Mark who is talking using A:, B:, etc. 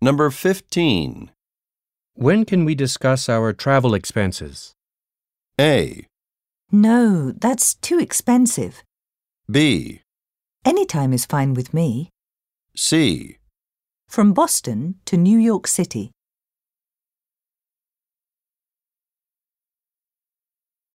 A: Number 15.
B: When can we discuss our travel expenses?
A: A.
C: No, that's too expensive.
A: B.
C: Any time is fine with me.
A: C.
C: From Boston to New York City.